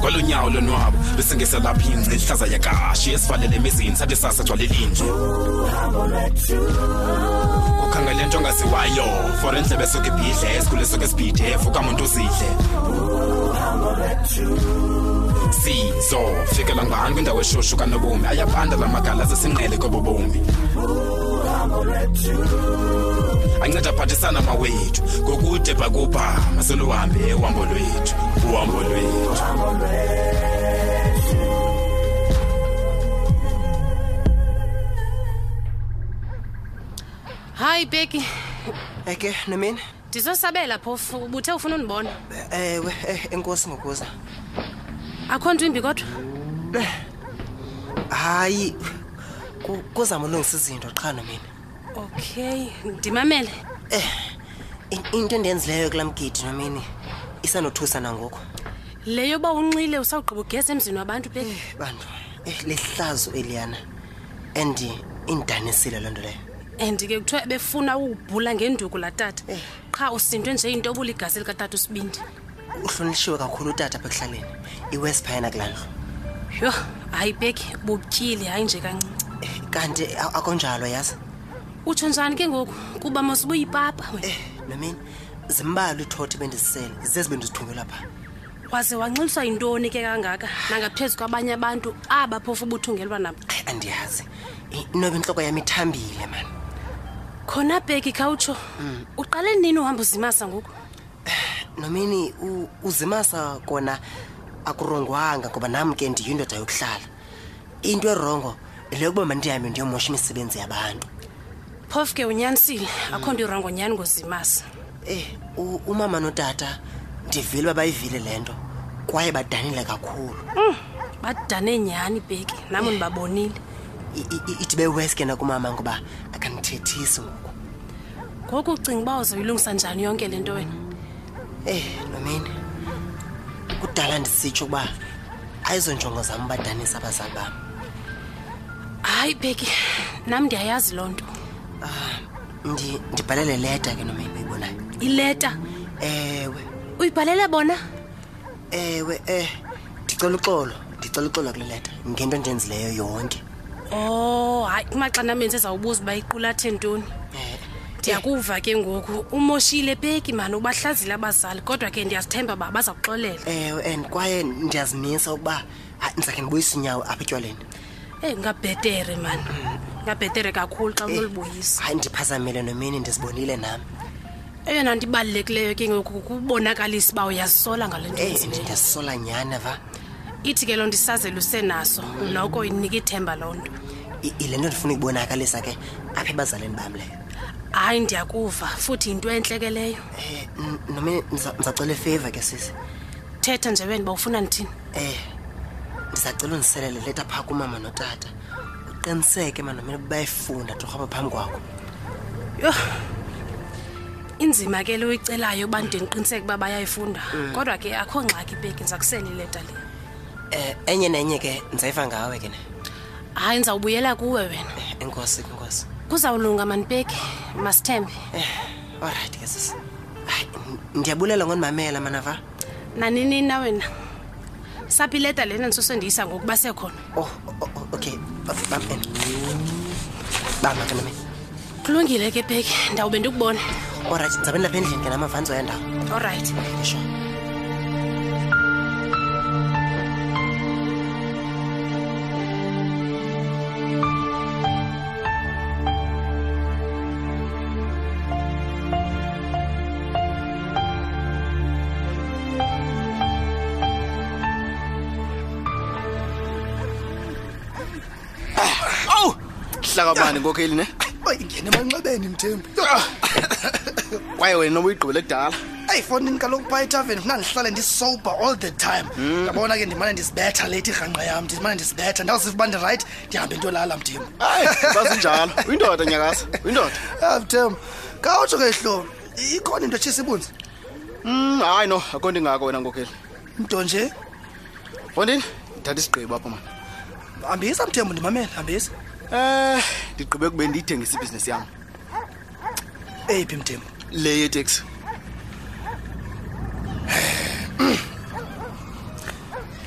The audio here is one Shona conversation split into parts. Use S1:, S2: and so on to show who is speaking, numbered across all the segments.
S1: kwalonyawo lonwabo besingesa lapha ingci ihlaza yakashi esivalele emizini sathi sasa gcwalelinje ukhangele nto ongaziwayo for endlebe esuke ibhidle esikhule esuke esibhidef ukamuntu uzidle sizo fikela ngani kwindawo eshushu kanobomi ayabanda la magala zesinqele kobobomi anceda aphathisana mawethu ngokude bhakubha masoluhambe uhambo lwethu uhambo lwethu
S2: hayi beki
S3: eke nomini
S2: ndizosabela phofu ubuthe ufuna undibona
S3: ewe eh, enkosi ngokuza
S2: akho nto imbi kodwa
S3: hayi ku- kuzama ulungisa izinto qha nomini
S2: okay ndimamele
S3: In- into endenzileyo kulaa mgidi nomini isanothusa nangoku
S2: le yoba unxile usawugqiba ugesa emzini wabantu beki
S3: bantu eh, lihlazo eliyana and indidanisile loo nto leyo
S2: and ke kuthiwa befuna uwubhula ngenduku laa tata qha usindwe nje into obula igasi likatata usibindi
S3: uhlonitshiwe kakhulu utata apha ekuhlaleni iwest phayana kulaa ndlu
S2: yho hayi beki butyile hayi nje kancinci
S3: Eh, kanti a- akunjalo yazi
S2: utsho njani ke ngoku kuba masubuyipapa wena
S3: eh nomini zimbalwa iithothi bendizisele zezi bendizithungela phaa
S2: waze wanxiliswa yintoni ke kangaka nangaphezu kwabanye abantu aba phofu ubuthungelwa nabo
S3: Ayi, andiyazi I- inoba intloko yam ithambile mani
S2: khona bheki khawutsho uqale nini uhamba uzimasa ngoku
S3: nomini u- uzimasa kona akurongwanga ngoba nam ke ndiyindoda yokuhlala into erongo yile yokuba mandihambe ndiyomosha imisebenzi yabantu
S2: phofu ke unyanisile akho nto irongo nyani ngozimasa
S3: eh u- umama notata ndivile uba bayivile le nto kwaye badanile kakhulu
S2: badane nyhani bheki nam ndibabonile
S3: I- i- i- ithi bewes ke nakumama ngoba akandithethisi ngoku
S2: ngoku ucinga uba uzoyilungisa njani yonke le nto wena
S3: eh nomini kudala ndisitsho ukuba ayizonjongo zam ubadanisa abazali bam
S2: hayi bheki nam ndiyayazi loo nto
S3: Ndi- ndibhalele leta ke nomini uyibonayo
S2: ileta
S3: ewe
S2: uyibhalele bona
S3: ewe eh ndicela uxolo ndicela uxolo kule leta ngento endenzileyo yonke
S2: oh hayi kumaxana menzi ezawubuza uba iqulathe ntoni
S3: Eh,
S2: ndiyakuva ke ngoku umoshile bheki mani ubahlazile abazali kodwa ke ndiyazithemba uba bazawuxolela
S3: ewe and kwaye ndiyazimisa ukuba ah, ndizakhe ndibuyisa inyawo apha etywaleni
S2: eyi ngabhetere mani ngabhetere kakhulu xa unolubuyisa
S3: hayi ndiphazamile nomini ndizibonile nam
S2: eyona nto ibalulekileyo ke ngoku kubonakalisa uba uyazisola ngale nto
S3: eh
S2: yenzileyo
S3: ndiyazisola nyhana va
S2: ithi ke loo nto isazela usenaso noko inika ithemba loo nto
S3: I- yile nto ndifuna ukuyibonakalisa ke apha ebazalini bam leyo
S2: hayi ndiyakuva futhi yinto entle ke leyo
S3: eh n- nomini ndiza- ndizawucela ifeva ke sisi
S2: thetha nje wena uba ufuna ndithini
S3: eh ndizacela undiselele leta phaa kumama notata uqiniseke manomini bayifunda torhaba phambi kwakho
S2: yho inzima ke le uyicelayo uba ndide ndiqiniseke uba bayayifunda kodwa ke akho ngxaki beki ndiza kusela ileta le
S3: eh enye nenye ke ndizayiva ngawe ke ne Eh,
S2: hayi ndizawubuyela kuwe wena
S3: enkosi ke enkosi
S2: kuzawulunga manibeki masithembe
S3: eh olrayithi ke sisi hayi n- ndiyabulela ngondimamela manava
S2: nanini na wena saphi ileta lena ndisuse ndiyisa ngoku basekhona
S3: oh oh, oh, okay bam bam, em. bama ke nami
S2: kulungile ke beki ndawube ndikubona
S3: olrayithi ndizawube ndilapha endlini ke namavanzi oyandawo
S2: olrayithi
S3: esho
S4: awu hlakabani nkokheli ne
S5: oyi ngena emanxebeni mthembu
S4: kwaye wena noba uyigqibele kudala
S5: eyi fondini kaloku phaa etaveni funa ndihlale ndisober all the time
S4: Hmm.
S5: ndabona ke ndimane ndisibetha lethi irhanqa yam ndimane ndisibetha ndawuziva uba ndirayithi ndihambe ntolala mthembu
S4: hayi sasinjalo uyindoda nyakasa uyindoda
S5: a Ah, mthembu khawutsho ke hlobo ikhona into etshisa ibunzi
S4: Mm, hayi no akho nto ingako wena nkokheli
S5: nto nje
S4: fondini ndithatha isigqibo apho mani
S5: hambisa mthembu ndimamele hambisa
S4: um ndigqibe kube ndiyithengise ibhizinesi yam
S5: eyiphi mthembu
S4: le yeteksi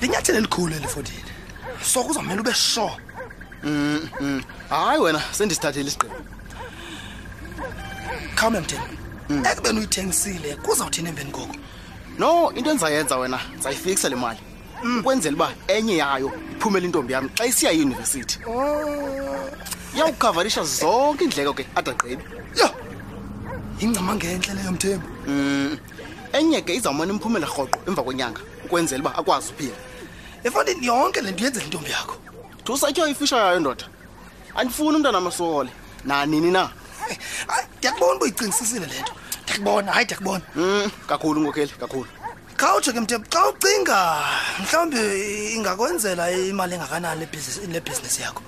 S5: linyathelo elikhulu elifotini so kuzawumele ube sure
S4: Mm. hayi wena sendisithathele isigqibo
S5: khawume mtheni
S4: Hmm.
S5: ekubeni uyithengisile kuzawuthini emveni koko
S4: no into endizayenza wena ndizayifikisa le mali ukwenzela uba enye yayo iphumele intombi yam xa isiya eyunivesithi iyawukhavarisha zonke iindleko ke adagqibi
S5: yho yingcama ngentle leyo mthembu
S4: enye ke izawumana imphumela rhoqo emva kwenyanga ukwenzela uba akwazi uphila
S5: efondini yonke le nto uyenzela intombi yakho
S4: thusa ityo ifisha yayo ndoda andifuni umntana amasokole nanini na
S5: Hey, hayi ndiyakubona uba uyicingisisile le nto ndiyakubona hayi ndiyakubona
S4: mm, kakhulu nkokheli kakhulu
S5: khawutsho ke mthembu xa ucinga mhlawumbi ingakwenzela imali engakanani lebhizinisi yakho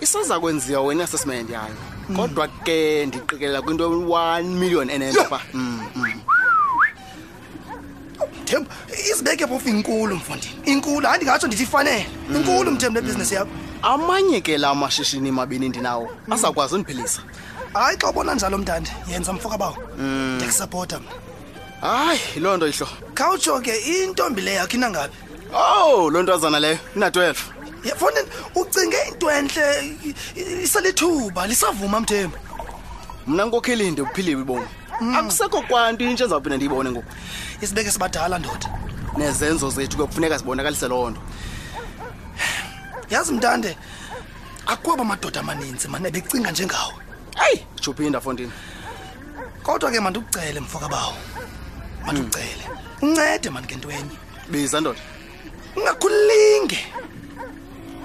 S4: iseza kwenziwa wena assessment yayo kodwa ke ndiqikelela kwinto ye-one million enento pha Mm, mm.
S5: mthembu izibeke phofu inkulu mfondini inkulu hayi ndingatsho ndithi ifanele inkulu mthembu lebhizinisi yakho
S4: amanye ke la mashishini mabini ndinawo azawukwazi undiphilisa
S5: hayi xa ubona njalo mntandi yenza mfoka bawo ndiyakusapota mna
S4: hayi loo nto ihlo
S5: khawutsho ke intombi le yakho inangabi
S4: ow loo ntwazana leyo ina-twelve
S5: yefondini ucinge into entle i- i- iselithuba lisavuma mthembu
S4: mna nkokheli ndibuphiliwe ibomi akusekho kwanto intsha ezawuphinda ndiyibone ngoku
S5: isibeke sibadala ndoda
S4: nezenzo zethu ke kufuneka zibonakalise loo nto
S5: yazi mntande akwaba madoda amaninzi mane ebecinga njengawe
S4: eyi juphinda fontini
S5: kodwa ke mandikucele mfoka bawo mandikucele uncede mani ngento enye
S4: biza ndoda
S5: ungakhulinge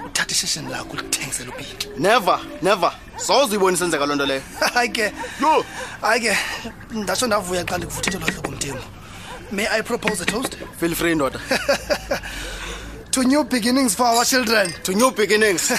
S5: uthatha ishishini lakho ulithengisele ubhiki
S4: never never soze uyibone isenzeka loo nto leyo
S5: hayi ke
S4: Yho!
S5: hayi ke ndatsho ndavuya xa ndikuvuthile loo hlobo mtimbo may i propose a toast
S4: feel free ndoda
S5: to new beginnings for our children
S4: to new beginnings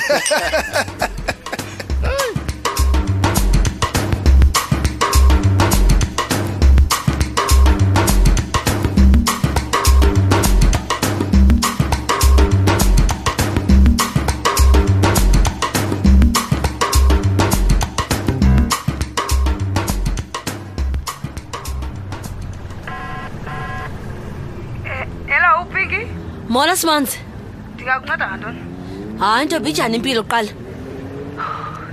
S6: ela upiki
S7: molo simanzi
S6: ndingakunceda ngantoni
S7: hayi ntombi injani impilo kuqala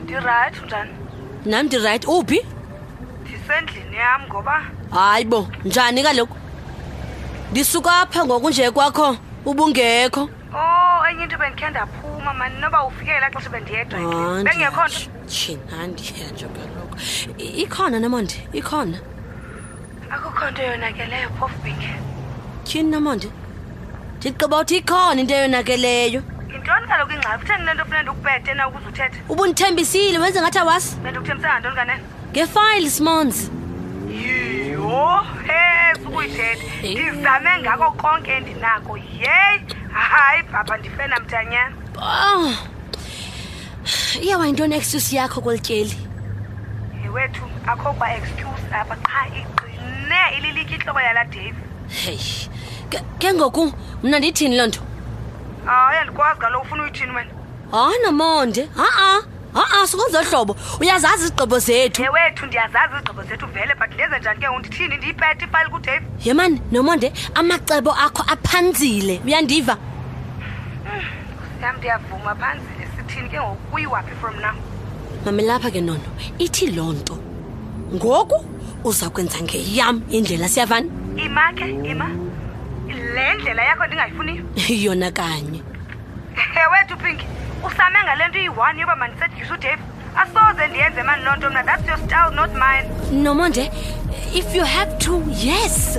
S6: ndirayithi njani
S7: nam oh, ndirayithi uphi
S6: ndisendlini yam ngoba
S7: hayi bo njani kaloku ndisuka apha ngoku nje kwakho ubungekho
S6: o oh, enye into bendikhe ndaphuma mani noba ufikele laa xesha bendiyedwa ke.
S7: Hayi,
S6: bengekho nto
S7: ndiyatsho. Tyhini, hayi, ndiyatsho kaloku I- ikhona namonde ikhona
S6: akukho nto yonakeleyo phofu biki
S7: tyhini namonde ndigqiba uthi ikhona into eyonakeleyo
S6: yintoni kaloku ingxaki kutheni le nto funeka ndikubete na ukuze uthethe
S7: ubundithembisile wenze ngathi awasi
S6: bendikuthembise ngantoni kanene
S7: ngefayile simonzi
S6: yho he sukuyithethe
S7: Eh.
S6: ndizame ngako konke endinako yeyi hayi bhabha ndifena mthanyana
S7: oh. iyawayintoni excuse yakho kweli tyeli
S6: yewethu akho kwa excuse apha qha iqine ililiki intloko yala davi
S7: heyi ke- ke ngoku mna ndiyithini loo nto
S6: hayi andikwazi kaloku ufuna uyithini wena
S7: hayi nomonde ha-a ha-a sukwenzela hlobo uyazazi izigqibo zethu
S6: yewethu ndiyazazi izigqibo zethu vele but ndenze njani ke undithini ndiyipete ifali kudave
S7: yemani nomonde amacebo akho aphanzile uyandiva
S6: yam ndiyavuma phanzile sithini ke ngoku kuyiwaphi from now
S7: mamelapha ke nono ithi loo nto ngoku uza kwenza ngeyam indlela siyavani
S6: ima ke ima le ndlela yakho ndingayifuniyo
S7: yona kanye
S6: ewethu pinki usame ngale nto iyi-one yoba mandisedyise udave asoze ndiyenze mani loo nto mna that's your style not mine
S7: nomonde if you have to yes